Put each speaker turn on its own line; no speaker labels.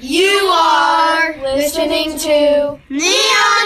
You are listening to Neon.